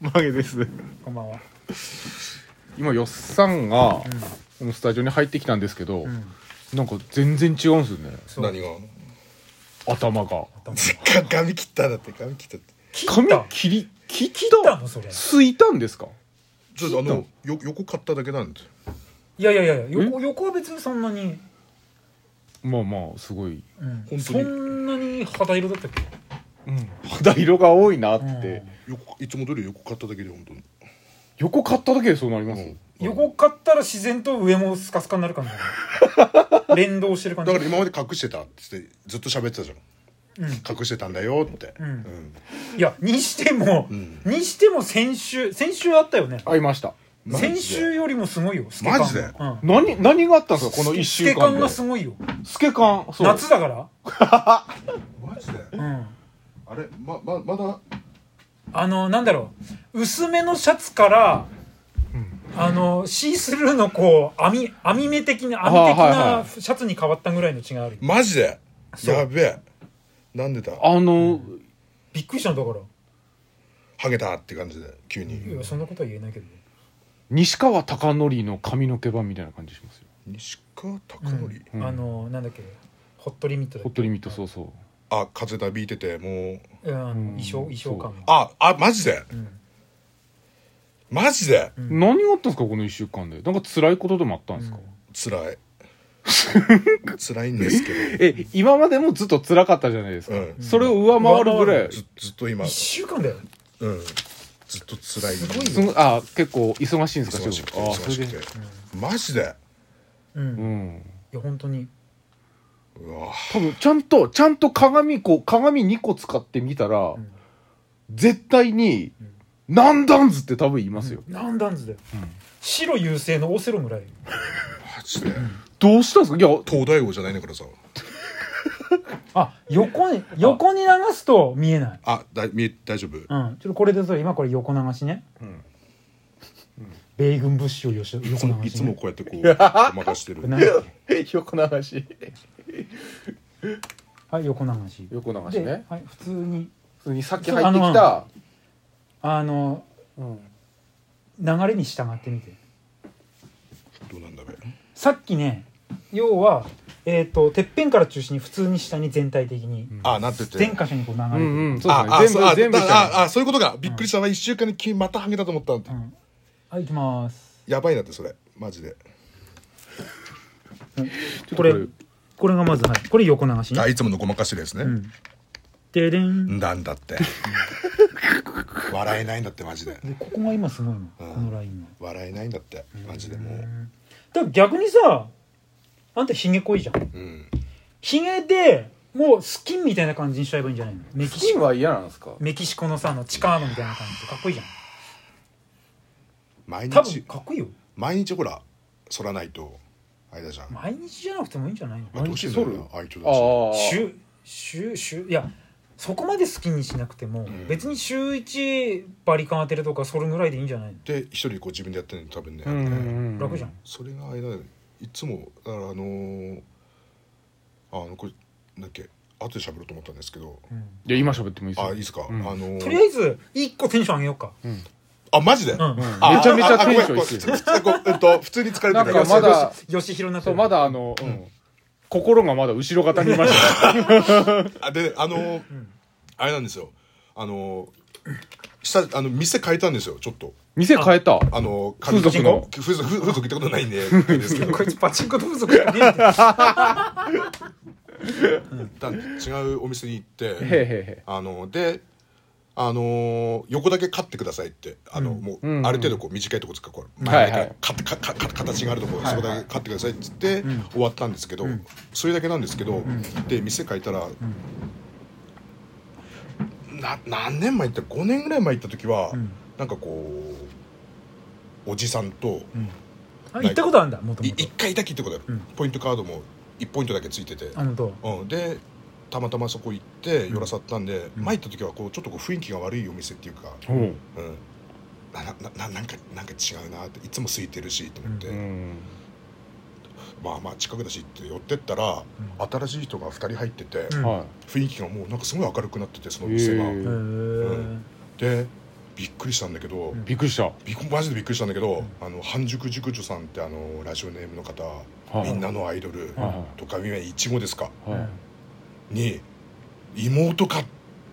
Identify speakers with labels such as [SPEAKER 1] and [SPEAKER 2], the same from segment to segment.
[SPEAKER 1] マゲです
[SPEAKER 2] こんばんは。
[SPEAKER 1] 今よっさんがこのスタジオに入ってきたんですけど、
[SPEAKER 2] うん。
[SPEAKER 1] なんか全然違うんですよね
[SPEAKER 2] そう
[SPEAKER 3] 何が
[SPEAKER 1] 頭が
[SPEAKER 3] か髪切ったんだって髪切ったって
[SPEAKER 1] 髪
[SPEAKER 2] た
[SPEAKER 1] 切り切った
[SPEAKER 2] たのそれ
[SPEAKER 1] すいたんですか
[SPEAKER 3] ちょっとあのよ横買っただけなんですよ
[SPEAKER 2] いやいやいや、横、横は別にそんなに。
[SPEAKER 1] まあまあすごい、
[SPEAKER 2] うん
[SPEAKER 3] 当に
[SPEAKER 2] そんなに肌色だったっけ。
[SPEAKER 1] 肌色が多いな
[SPEAKER 2] うん
[SPEAKER 1] って、
[SPEAKER 3] 横いつも通り横買っただけで本当に
[SPEAKER 1] 横買っただけでそうなります、
[SPEAKER 3] うん
[SPEAKER 2] 横買ったら自然と上もスカスカになる感じだ ね連動してる感じ
[SPEAKER 3] だから今まで隠してたって言ってずっと喋ってたじゃん
[SPEAKER 2] うんい
[SPEAKER 3] 隠してたんだよって
[SPEAKER 2] うんやにしても、
[SPEAKER 3] うん
[SPEAKER 2] にしても先週先週あったよね
[SPEAKER 1] 会いました
[SPEAKER 3] マジで
[SPEAKER 2] 先週よりもすごいよスケ
[SPEAKER 3] マジで
[SPEAKER 2] うん
[SPEAKER 1] 何何があったんですかこの1
[SPEAKER 2] ス
[SPEAKER 1] 週
[SPEAKER 2] ケカ
[SPEAKER 1] 間
[SPEAKER 2] ン
[SPEAKER 1] で
[SPEAKER 2] がすごいよ
[SPEAKER 1] スケカンそう
[SPEAKER 2] 夏だから
[SPEAKER 3] マジで
[SPEAKER 2] うん
[SPEAKER 3] あれまままだ
[SPEAKER 2] あのなんだろう薄めのシャツから、あのシースルーのこう網網目的な網
[SPEAKER 1] あーは
[SPEAKER 2] 的
[SPEAKER 1] いは
[SPEAKER 2] なシャツに変わったぐらいの違いあるよ
[SPEAKER 3] マジで
[SPEAKER 2] そう
[SPEAKER 3] やべえなんでだ
[SPEAKER 1] あの、
[SPEAKER 2] びっくりしたんだから
[SPEAKER 3] ハゲたって感じで急
[SPEAKER 2] い
[SPEAKER 3] に
[SPEAKER 2] やそんなことは言えないけど
[SPEAKER 1] 西川貴教の髪の毛版みたいな感じしますよ
[SPEAKER 3] 西川貴
[SPEAKER 2] う
[SPEAKER 3] 教、
[SPEAKER 2] んあのなんだっけホットリミットだ
[SPEAKER 1] ホ
[SPEAKER 2] っ
[SPEAKER 1] ッ
[SPEAKER 2] け
[SPEAKER 1] トリミットそうそう
[SPEAKER 3] あ風邪なびいててもう
[SPEAKER 2] うんあの衣装
[SPEAKER 1] うん
[SPEAKER 2] 衣装感が
[SPEAKER 3] ああマジで
[SPEAKER 2] うん
[SPEAKER 3] マジで
[SPEAKER 2] うん
[SPEAKER 1] 何があったんですかこの1週間でなんか辛いことでもあったんですか、
[SPEAKER 3] 辛い 辛いんですけど
[SPEAKER 1] え今までもずっと辛かったじゃないですか、
[SPEAKER 3] うん
[SPEAKER 1] それを上回るぐらい
[SPEAKER 3] ずずっと今
[SPEAKER 2] 1、週間だよ
[SPEAKER 3] うん、ずっと辛い
[SPEAKER 2] すごい
[SPEAKER 1] す
[SPEAKER 2] よ
[SPEAKER 1] ごいあ結構忙しいんですか
[SPEAKER 3] 忙し
[SPEAKER 1] 仕
[SPEAKER 3] くて
[SPEAKER 1] 事あ
[SPEAKER 3] 忙し
[SPEAKER 1] それ
[SPEAKER 3] く
[SPEAKER 1] で
[SPEAKER 3] てマジで
[SPEAKER 2] うん、う、
[SPEAKER 1] うん
[SPEAKER 2] い
[SPEAKER 1] ん
[SPEAKER 2] や本当に
[SPEAKER 3] うわ
[SPEAKER 1] 多分ちゃんとちゃんと鏡こう鏡2個使ってみたら、
[SPEAKER 2] ん
[SPEAKER 1] 絶対に
[SPEAKER 2] ん
[SPEAKER 1] 「何段図」って多分言いますよ、
[SPEAKER 2] 何段図だよ
[SPEAKER 1] うん
[SPEAKER 2] 白優勢のオセロぐらい
[SPEAKER 3] マジで
[SPEAKER 1] どうしたんですかいや
[SPEAKER 3] 東大王じゃないんだからさ
[SPEAKER 2] あ横に横に流すと見えない
[SPEAKER 3] あだ見え大丈夫
[SPEAKER 2] うん、ちょっとこれでそれ今これ横流しね、
[SPEAKER 1] ん
[SPEAKER 2] 米軍物資をよし横流
[SPEAKER 3] い
[SPEAKER 2] し、
[SPEAKER 3] つ
[SPEAKER 2] ね
[SPEAKER 3] も、いつもこうやってこうごまかして
[SPEAKER 2] こ
[SPEAKER 3] る
[SPEAKER 2] れ何
[SPEAKER 1] 横流し
[SPEAKER 2] はい横流し
[SPEAKER 1] 横流し
[SPEAKER 2] で
[SPEAKER 1] ね、
[SPEAKER 2] はい、普通に
[SPEAKER 1] 普通にさっき入ってきた
[SPEAKER 2] あの
[SPEAKER 1] うん
[SPEAKER 2] 流れに従ってみて
[SPEAKER 3] どうなんだべ
[SPEAKER 2] さっきね要は、えー、とてっぺんから中心に普通に下に全体的に
[SPEAKER 3] あなってて
[SPEAKER 2] 全箇所にこう流れて
[SPEAKER 1] う
[SPEAKER 2] る、
[SPEAKER 1] んうんそう
[SPEAKER 3] あ
[SPEAKER 1] で
[SPEAKER 3] あ
[SPEAKER 1] す
[SPEAKER 3] そ
[SPEAKER 1] ね
[SPEAKER 3] うあ
[SPEAKER 1] 全部全部
[SPEAKER 3] だああそういうことかびっくりしたわ一週間に君またハゲたと思ったんだ
[SPEAKER 2] うんはい行きます
[SPEAKER 3] やばいなってそれマジで
[SPEAKER 2] これこれがまずはいこれ横流しね
[SPEAKER 3] あいつものごまかしてるやつね
[SPEAKER 2] うんででん
[SPEAKER 3] なんだって笑えないんだってマジで
[SPEAKER 2] でここが今すごいのこ
[SPEAKER 3] うん
[SPEAKER 2] のラインが
[SPEAKER 3] 笑えないんだってマジでもう
[SPEAKER 2] だから逆にさあんたヒゲ濃いじゃん
[SPEAKER 3] うん
[SPEAKER 2] ヒゲでもうスキンみたいな感じにしちゃえばいいんじゃないのメキ
[SPEAKER 1] スキ
[SPEAKER 2] シ
[SPEAKER 1] ン
[SPEAKER 2] コ
[SPEAKER 1] は嫌なんですか
[SPEAKER 2] メキシコのさあのチカーノみたいな感じでかっこいいじゃん
[SPEAKER 3] 毎
[SPEAKER 2] 多分
[SPEAKER 3] 日
[SPEAKER 2] かっこいいよ
[SPEAKER 3] 毎日ほら剃らないとあれだじゃん、ま
[SPEAKER 2] 毎日じゃなくてもいいんじゃないの
[SPEAKER 3] あ、どうしてんだろう
[SPEAKER 1] 毎
[SPEAKER 3] なあいつだし
[SPEAKER 1] ああ
[SPEAKER 2] 週週週いやそこまでスキンにしなくても、
[SPEAKER 3] ん
[SPEAKER 2] 別に週1バリカン当てるとかそれぐらいでいいんじゃないの、
[SPEAKER 3] で一人こう自分でやってるの多分ね、
[SPEAKER 1] うんうんうん
[SPEAKER 2] 楽じゃん
[SPEAKER 3] それがあれだよいつもだからあのー、あのこれなんだっけ後で喋ろうと思ったんですけど、
[SPEAKER 1] いや今喋ってもいいですよ
[SPEAKER 3] あいいですか、
[SPEAKER 1] うん
[SPEAKER 3] あのー
[SPEAKER 2] とりあえず1個テンション上げようか、
[SPEAKER 3] あマジで、
[SPEAKER 2] うん
[SPEAKER 3] あ
[SPEAKER 1] めちゃめちゃ
[SPEAKER 3] ああごめん
[SPEAKER 1] テンション低い
[SPEAKER 3] ごめんごめんえっと普通に疲れて
[SPEAKER 1] な
[SPEAKER 3] る
[SPEAKER 1] ん
[SPEAKER 3] から
[SPEAKER 1] かまだ
[SPEAKER 2] よしひろになって
[SPEAKER 1] そう
[SPEAKER 2] る
[SPEAKER 1] まだあの、うん心がまだ後ろ方にいました
[SPEAKER 3] あであのーあれなんですよあのー、下あの店変えたんですよちょっと
[SPEAKER 1] 店変えた
[SPEAKER 3] あのー
[SPEAKER 1] 風俗の
[SPEAKER 3] 風俗風俗行ったことない んであれですけど
[SPEAKER 2] こいつパチンコと不足じゃねえんだよ
[SPEAKER 3] だ違うお店に行っ
[SPEAKER 1] へえへ
[SPEAKER 3] て
[SPEAKER 1] えへ
[SPEAKER 3] あのであのー横だけ買ってくださいってあの、もう、
[SPEAKER 1] うんうん
[SPEAKER 3] ある程度こう短いとこつかこう
[SPEAKER 1] はい
[SPEAKER 3] 前
[SPEAKER 1] は
[SPEAKER 3] だ
[SPEAKER 1] い
[SPEAKER 3] けカッカッカッカッ形があるところ、そこだけ買ってくださいっつって、終わったんですけど、それだけなんですけど、で店変えたら、な何年前行った5年ぐらい前行った時は、
[SPEAKER 2] ん
[SPEAKER 3] なんかこうおじさんと、
[SPEAKER 2] あ行ったことあるんだもと
[SPEAKER 3] い
[SPEAKER 2] もと
[SPEAKER 3] 一回だけ行ってことある、
[SPEAKER 2] うん
[SPEAKER 3] ポイントカードも1ポイントだけついてて、
[SPEAKER 2] あ本当
[SPEAKER 3] うん、でたまたまそこ行って寄らさったんで、
[SPEAKER 2] うん
[SPEAKER 3] 前行った時はこうちょっとこう雰囲気が悪いお店っていうか、
[SPEAKER 1] えほ
[SPEAKER 3] うん、ななななんかなんか違うなっていつも空いてるしと思って、
[SPEAKER 1] ううん
[SPEAKER 3] まあまあ近くだしって寄ってったら、
[SPEAKER 2] うん
[SPEAKER 3] 新しい人が2人入ってて、
[SPEAKER 2] うん
[SPEAKER 1] は
[SPEAKER 3] 雰囲気がもうなんかすごい明るくなっててその
[SPEAKER 1] い
[SPEAKER 3] 店が、
[SPEAKER 1] へえ
[SPEAKER 2] へー
[SPEAKER 3] でびっくりしたんだけど、
[SPEAKER 2] ん
[SPEAKER 1] びっくりした
[SPEAKER 3] びっくマジでびっくりしたんだけど、あの半熟熟女さんってあのラジオネームの方、
[SPEAKER 1] い
[SPEAKER 3] みんなのアイドル
[SPEAKER 1] は
[SPEAKER 3] とかみんないちごですか
[SPEAKER 1] はい
[SPEAKER 3] に妹かっ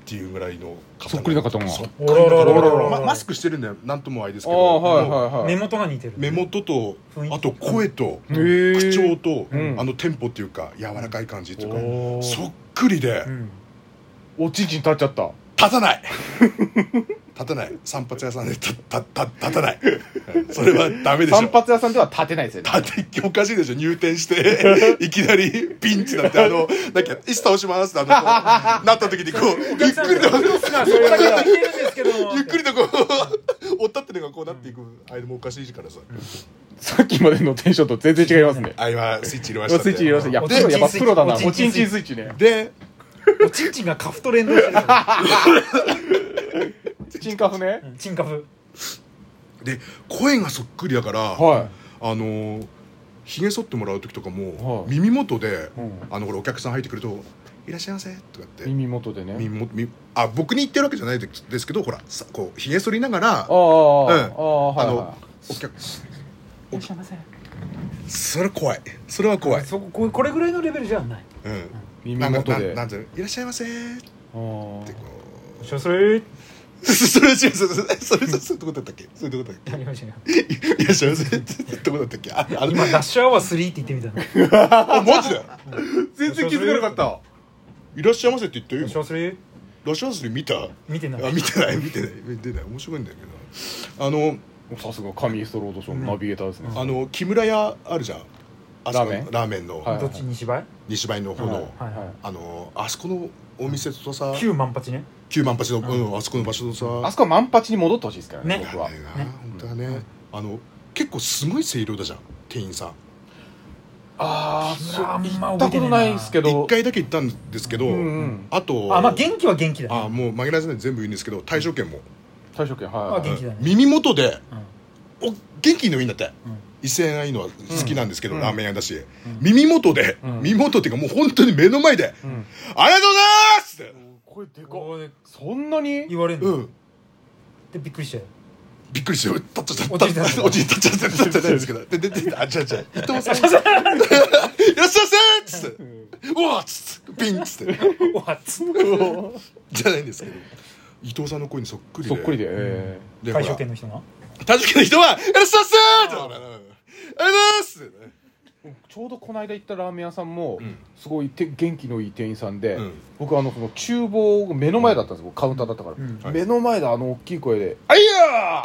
[SPEAKER 3] ていうぐらいの方
[SPEAKER 1] そっくりな方が
[SPEAKER 3] そっくり
[SPEAKER 2] おらららららら
[SPEAKER 3] まマスクしてるんだよなんともあれです
[SPEAKER 1] あ
[SPEAKER 3] けど
[SPEAKER 1] あはい
[SPEAKER 3] もう
[SPEAKER 1] はいはい
[SPEAKER 2] 目元が似てる
[SPEAKER 3] 目元と
[SPEAKER 2] 雰囲気
[SPEAKER 3] あと声と
[SPEAKER 1] へー
[SPEAKER 3] 口調と、
[SPEAKER 1] うん
[SPEAKER 3] あのテンポっていうか柔らかい感じっていうか
[SPEAKER 1] おー
[SPEAKER 3] そっくりで
[SPEAKER 2] うん
[SPEAKER 1] おちんちん立っちゃった
[SPEAKER 3] 立たない 立たない散髪屋さんで立たた立たないそれはダメでし
[SPEAKER 1] 散
[SPEAKER 3] ょ
[SPEAKER 1] 髪屋さんでは立てないですよね
[SPEAKER 3] 立ておかしいでしょ入店して いきなりピンチだってあのなんか椅子倒しますってあ のこうなった時にこうゆっくりと
[SPEAKER 2] それだけは似てるんですけど
[SPEAKER 3] ゆっくりとこう追ったってのがこうなっていくあれもおかしいからさ
[SPEAKER 1] さっきまでのテンションと全然違いますね
[SPEAKER 3] あ今スイッチ入れま
[SPEAKER 1] ス
[SPEAKER 3] したんで
[SPEAKER 1] イッチ入れましたいや
[SPEAKER 2] お
[SPEAKER 1] プ
[SPEAKER 2] ちんちん
[SPEAKER 1] ロやっぱプロだな
[SPEAKER 2] おちん
[SPEAKER 1] お
[SPEAKER 2] ち
[SPEAKER 1] ちん
[SPEAKER 2] ん
[SPEAKER 1] ちんスイッチね
[SPEAKER 3] で
[SPEAKER 2] おちんちんがカフと連動してるから
[SPEAKER 1] チンカフね
[SPEAKER 2] うんチンカフ
[SPEAKER 3] で声がそっくりだから、
[SPEAKER 1] は
[SPEAKER 3] あのーひげ剃ってもらう時とかも、
[SPEAKER 1] はい
[SPEAKER 3] 耳元で、
[SPEAKER 1] うん
[SPEAKER 3] あのほらお客さん入ってくると「いらっしゃいませ」とかって
[SPEAKER 1] い耳元でね
[SPEAKER 3] 耳元耳あ僕に言ってるわけじゃないですですけどほらさこうひげ剃りながら
[SPEAKER 1] ああ、
[SPEAKER 3] うん
[SPEAKER 1] ああはい
[SPEAKER 3] あの、
[SPEAKER 1] は
[SPEAKER 3] お客
[SPEAKER 2] いらっしゃいませ
[SPEAKER 3] それ怖いそれは怖い、
[SPEAKER 2] そこここれぐらいのレベルじゃない
[SPEAKER 3] うん、
[SPEAKER 1] い耳元
[SPEAKER 3] なんかな
[SPEAKER 1] で
[SPEAKER 3] な
[SPEAKER 1] あ
[SPEAKER 3] んていうのいらっしゃいませ」って
[SPEAKER 1] あ
[SPEAKER 3] こう
[SPEAKER 2] しょそれ
[SPEAKER 3] それ違うそれそれそれそういうとこだったっけそういうとこだっけ
[SPEAKER 2] やりましたよ
[SPEAKER 3] いらっしゃいませってどこだったっけああれ
[SPEAKER 2] 今ダッシュアワー3って言ってみたのよ
[SPEAKER 3] あマジだよ
[SPEAKER 1] 全然気づかなかった
[SPEAKER 3] いらっしゃいませって言ったよ
[SPEAKER 2] いしょ
[SPEAKER 3] 今
[SPEAKER 2] それ
[SPEAKER 3] ロシアンスで見た
[SPEAKER 2] 見てない
[SPEAKER 3] あ見てない見てない見てない面白いんだけどあの
[SPEAKER 1] さすが神エストロードショーのナビゲーターですね、
[SPEAKER 3] あの木村屋あるじゃんあそこの
[SPEAKER 1] ラーメン
[SPEAKER 3] ラーメンの、
[SPEAKER 1] はい
[SPEAKER 2] どっちに芝居
[SPEAKER 3] 西梅の方の、
[SPEAKER 1] はい
[SPEAKER 2] はい
[SPEAKER 1] はい
[SPEAKER 3] あのあそこのお店とさ
[SPEAKER 2] 旧万八ね
[SPEAKER 3] 九万八の、うんあそこの場所とさ
[SPEAKER 1] あそこは万八に戻ってほしいですからね
[SPEAKER 2] ね
[SPEAKER 1] 僕は
[SPEAKER 3] だよな
[SPEAKER 2] ね
[SPEAKER 3] 本当はね、あの結構すごい声量だじゃん店員さん
[SPEAKER 1] ああそう
[SPEAKER 2] あんま
[SPEAKER 1] 行っ
[SPEAKER 2] 覚
[SPEAKER 1] た
[SPEAKER 2] えて
[SPEAKER 1] こと
[SPEAKER 2] ねえな
[SPEAKER 1] ないですけど
[SPEAKER 3] 一回だけ行ったんですけど、
[SPEAKER 1] うんうん
[SPEAKER 3] あと
[SPEAKER 2] あまあ元気は元気だ
[SPEAKER 3] あ
[SPEAKER 2] ね
[SPEAKER 3] もう紛らわせないで全部言うんですけど退場券も、
[SPEAKER 1] 退職券
[SPEAKER 2] あ
[SPEAKER 1] はい
[SPEAKER 2] 元気だね
[SPEAKER 3] 耳元で
[SPEAKER 2] うん
[SPEAKER 3] お元気のいいんだって、
[SPEAKER 2] うん
[SPEAKER 3] 威勢がいいのは好きなんですけど、
[SPEAKER 1] うん
[SPEAKER 3] ラーメン屋だし、耳元で、耳元っていうかもう本当に目の前で「
[SPEAKER 1] うん
[SPEAKER 3] ありがとうございます!」って、
[SPEAKER 1] 声でか
[SPEAKER 2] こう
[SPEAKER 1] そんなに
[SPEAKER 2] 言われる
[SPEAKER 3] う
[SPEAKER 2] の
[SPEAKER 3] ん、
[SPEAKER 2] でびっくりしたよ
[SPEAKER 3] びっくりして立っちゃった
[SPEAKER 2] おじいちゃん
[SPEAKER 3] おじいちゃん立っちゃった立っちゃったんですけどででであ違う違う伊藤さん「いらっしゃいませ!」っつって「うわ!」っつってピンっつって
[SPEAKER 2] おはっつ
[SPEAKER 3] じゃないんですけど伊藤さんの声にそっくりで
[SPEAKER 1] そっくりで、え
[SPEAKER 3] で
[SPEAKER 2] 会場券
[SPEAKER 3] の
[SPEAKER 2] の人が
[SPEAKER 3] 退場券の人は「いらっしゃいませ!」ってほらうんありがとうございます!」ってね
[SPEAKER 1] えちょうどこの間行ったラーメン屋さんも、
[SPEAKER 3] うん
[SPEAKER 1] すごいて元気のいい店員さんで、
[SPEAKER 3] うん
[SPEAKER 1] 僕あのこの厨房が目の前だったんですよ、カウンターだったから、
[SPEAKER 2] うん
[SPEAKER 1] 目の前であの大きい声で「あいや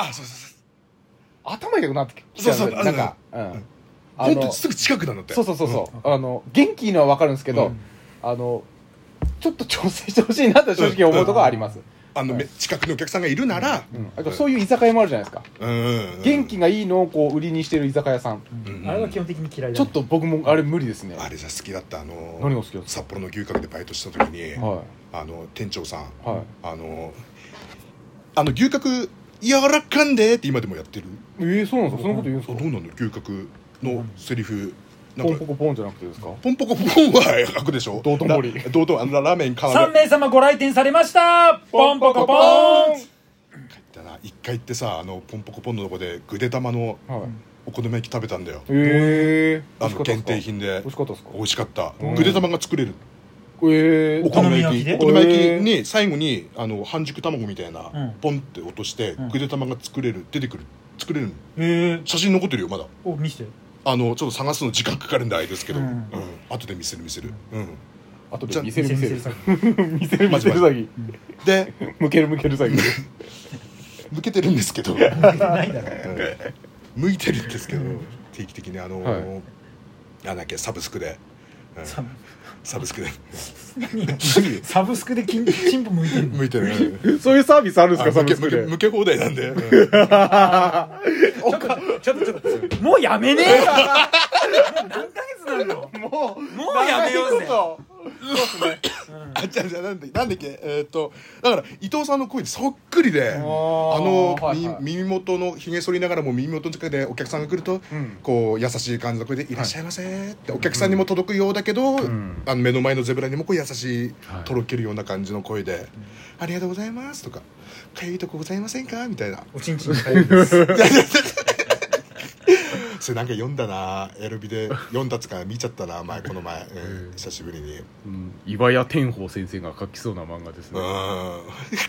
[SPEAKER 1] ー
[SPEAKER 3] あそうそうそう
[SPEAKER 1] 頭痛くなってきち
[SPEAKER 3] そう
[SPEAKER 1] ゃ
[SPEAKER 3] そうう
[SPEAKER 1] なんか、うん、あ
[SPEAKER 3] 本当
[SPEAKER 1] の
[SPEAKER 3] にすぐ近くなのって
[SPEAKER 1] そうそうそうそう、あの元気いいのは分かるんですけど、
[SPEAKER 3] うん
[SPEAKER 1] あのちょっと調整してほしいなと正直思うところはあります、
[SPEAKER 3] あのめ近くにお客さんがいるなら
[SPEAKER 1] うんあとそういう居酒屋もあるじゃないですか、
[SPEAKER 3] うん
[SPEAKER 1] 元気がいいのをこう売りにしてる居酒屋さん、
[SPEAKER 3] うん
[SPEAKER 2] あれは基本的に嫌いだね
[SPEAKER 1] ちょっと僕もあれ無理ですね
[SPEAKER 3] あれさ好きだったあの
[SPEAKER 1] 何が好きだった
[SPEAKER 3] 札幌の牛角でバイトした時に、
[SPEAKER 1] は
[SPEAKER 3] あの店長さん、
[SPEAKER 1] いはい
[SPEAKER 3] あのあの牛角柔らかんでって今でもやってる
[SPEAKER 1] えー、そうなんですかそんなこと言うん
[SPEAKER 3] あどう
[SPEAKER 1] ですか
[SPEAKER 3] なの牛角のセリフな
[SPEAKER 1] ポン
[SPEAKER 3] んか
[SPEAKER 1] ポコポンじゃなくてですか
[SPEAKER 3] ポンポコポンは 楽でしょ
[SPEAKER 1] 道頓堀
[SPEAKER 3] ラ道頓あのラーメンか
[SPEAKER 2] 3名様ご来店されましたポンポコポーン
[SPEAKER 3] だな一回行ってさあのポンポコポンのとこでぐで玉の
[SPEAKER 1] はい
[SPEAKER 3] お好み焼き食べたんだよ
[SPEAKER 1] えー、美
[SPEAKER 3] あ
[SPEAKER 1] 味しか
[SPEAKER 3] の
[SPEAKER 1] ったですか
[SPEAKER 3] 限定品で
[SPEAKER 1] 美味しかったですか
[SPEAKER 3] 美味しかった
[SPEAKER 1] うん
[SPEAKER 3] ぐで玉が作れる
[SPEAKER 1] え
[SPEAKER 3] お
[SPEAKER 1] ー、
[SPEAKER 3] 好み焼き
[SPEAKER 2] お
[SPEAKER 3] お
[SPEAKER 1] 好
[SPEAKER 3] 好
[SPEAKER 1] み
[SPEAKER 3] み
[SPEAKER 1] 焼き
[SPEAKER 3] 焼
[SPEAKER 1] ね
[SPEAKER 3] きに最後にあの半熟卵みたいな、
[SPEAKER 2] うん
[SPEAKER 3] ポンって落として
[SPEAKER 2] ん
[SPEAKER 3] ぐで玉が作れる出てくる作れるの
[SPEAKER 2] へえ
[SPEAKER 3] 写真残ってるよまだ
[SPEAKER 2] お見せて
[SPEAKER 3] あのちょっと探すの時間かかるんであれですけど、
[SPEAKER 2] う
[SPEAKER 3] うんん後で見せる見せる、うん、
[SPEAKER 1] あと
[SPEAKER 3] じ
[SPEAKER 1] で
[SPEAKER 3] ゃあ
[SPEAKER 1] 見せる見せる
[SPEAKER 2] さ
[SPEAKER 1] 見せる見せる詐欺
[SPEAKER 3] で
[SPEAKER 1] 向ける向ける詐欺
[SPEAKER 3] 向けてるんです けど
[SPEAKER 2] ないだろ
[SPEAKER 3] 向いてるんですけど定期的にあのー
[SPEAKER 1] は
[SPEAKER 3] なんだっけサブスクで、うん
[SPEAKER 2] サブ
[SPEAKER 3] サブス クで
[SPEAKER 2] サブスクで金チンポ向いて るの
[SPEAKER 3] 向いてる、
[SPEAKER 1] そういうサービスあるんです
[SPEAKER 3] あ
[SPEAKER 1] かサ
[SPEAKER 3] 向
[SPEAKER 1] ブ
[SPEAKER 3] け
[SPEAKER 1] スク
[SPEAKER 3] 向け
[SPEAKER 1] で
[SPEAKER 3] 向け放題なんで、
[SPEAKER 2] ちょっとちょっとちょっともうやめねえよもう何ヶ月なの
[SPEAKER 1] もう
[SPEAKER 2] もうやめよう
[SPEAKER 1] 長
[SPEAKER 2] ぜ
[SPEAKER 1] いこ
[SPEAKER 2] そうですね。
[SPEAKER 3] あじゃあじゃあなんでなんだっけえーっとだから伊藤さんの声にそっくりであの、
[SPEAKER 1] はいはい
[SPEAKER 3] み耳元のひげ剃りながらも耳元の近くでお客さんが来ると、
[SPEAKER 1] ん
[SPEAKER 3] こう優しい感じの声で「いらっしゃいませ」ってお客さんにも届くようだけど、
[SPEAKER 1] ん
[SPEAKER 3] あの目の前のゼブラにもこう優しい、
[SPEAKER 1] はい
[SPEAKER 3] とろけるような感じの声で「ありがとうございます」とか「かゆいとこございませんか?」みたいな
[SPEAKER 2] おちんちんに頼りです。
[SPEAKER 3] それなんか読んだなエルビで読んだっつうか見ちゃったな前この前、うん久しぶりに。
[SPEAKER 1] うん、岩屋天宝先生が書きそうな漫画ですね
[SPEAKER 3] うん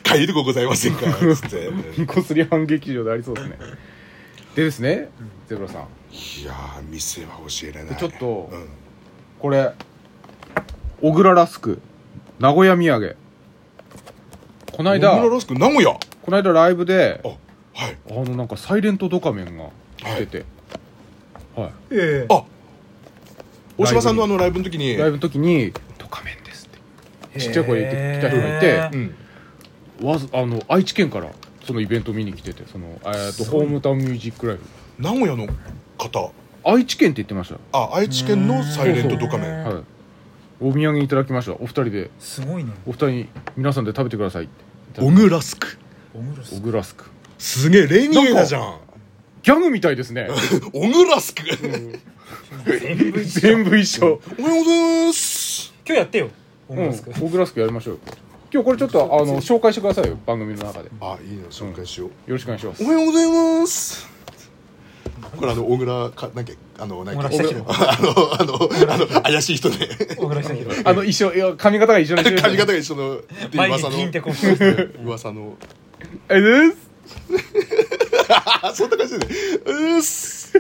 [SPEAKER 3] かゆいとこございませんかつって
[SPEAKER 1] こすり半劇場でありそうですね でですねゼブラさん
[SPEAKER 3] いやー店は教えられない
[SPEAKER 1] ちょっと
[SPEAKER 3] うん
[SPEAKER 1] これ小倉ラスク名古屋土産この間
[SPEAKER 3] モグラロスク名古屋
[SPEAKER 1] この間ライブで
[SPEAKER 3] あはい
[SPEAKER 1] あのなんかサイレントドカメンが来てて、はい
[SPEAKER 2] え
[SPEAKER 3] あ大島さんのあのライブの時に
[SPEAKER 1] ライブの時に「ドカメンです」って
[SPEAKER 2] え
[SPEAKER 1] ちっちゃい声で来た人がいて
[SPEAKER 2] へえ
[SPEAKER 3] うん
[SPEAKER 1] わざあの愛知県からそのイベント見に来ててその、えー、と
[SPEAKER 2] すご
[SPEAKER 1] ホ
[SPEAKER 2] い
[SPEAKER 1] ームタウンミュージックライブ
[SPEAKER 3] 名古屋の方
[SPEAKER 1] 愛知県って言ってました
[SPEAKER 3] あ愛知県のサイレントドカメ
[SPEAKER 2] うん
[SPEAKER 3] ン
[SPEAKER 1] はいお土産いただきましたお二人です
[SPEAKER 2] ごいね。
[SPEAKER 1] お二人に皆さんで食べてくださいって
[SPEAKER 3] オグラスク
[SPEAKER 2] オムラ
[SPEAKER 1] オ
[SPEAKER 2] ス。
[SPEAKER 1] グラスク
[SPEAKER 3] すげえレニエだじゃん
[SPEAKER 1] ギャグみたいですね
[SPEAKER 3] オグラスク
[SPEAKER 2] 全部一緒今
[SPEAKER 1] 全部一緒
[SPEAKER 3] おはようございます
[SPEAKER 2] 日やってよ。オ
[SPEAKER 1] う
[SPEAKER 2] ム
[SPEAKER 1] ん
[SPEAKER 2] ラスク。
[SPEAKER 1] オグラスクやりましょうよ今日これちょっとあの紹介してくださいよ番組の中でよ
[SPEAKER 3] あいいの紹介しよう
[SPEAKER 1] ろしくお願いします
[SPEAKER 3] おはようございます。これあの小倉かなんかあのなんか
[SPEAKER 2] 小倉久
[SPEAKER 3] あ のあのあの怪しい人ね。
[SPEAKER 2] オムラスク。
[SPEAKER 1] あの一緒いや髪型が一緒にして
[SPEAKER 3] 髪型が一緒のって
[SPEAKER 2] 前
[SPEAKER 3] 噂
[SPEAKER 2] にピンって
[SPEAKER 3] の
[SPEAKER 2] こう。
[SPEAKER 3] 噂の。
[SPEAKER 1] えです
[SPEAKER 3] あそんな感じで。うっす。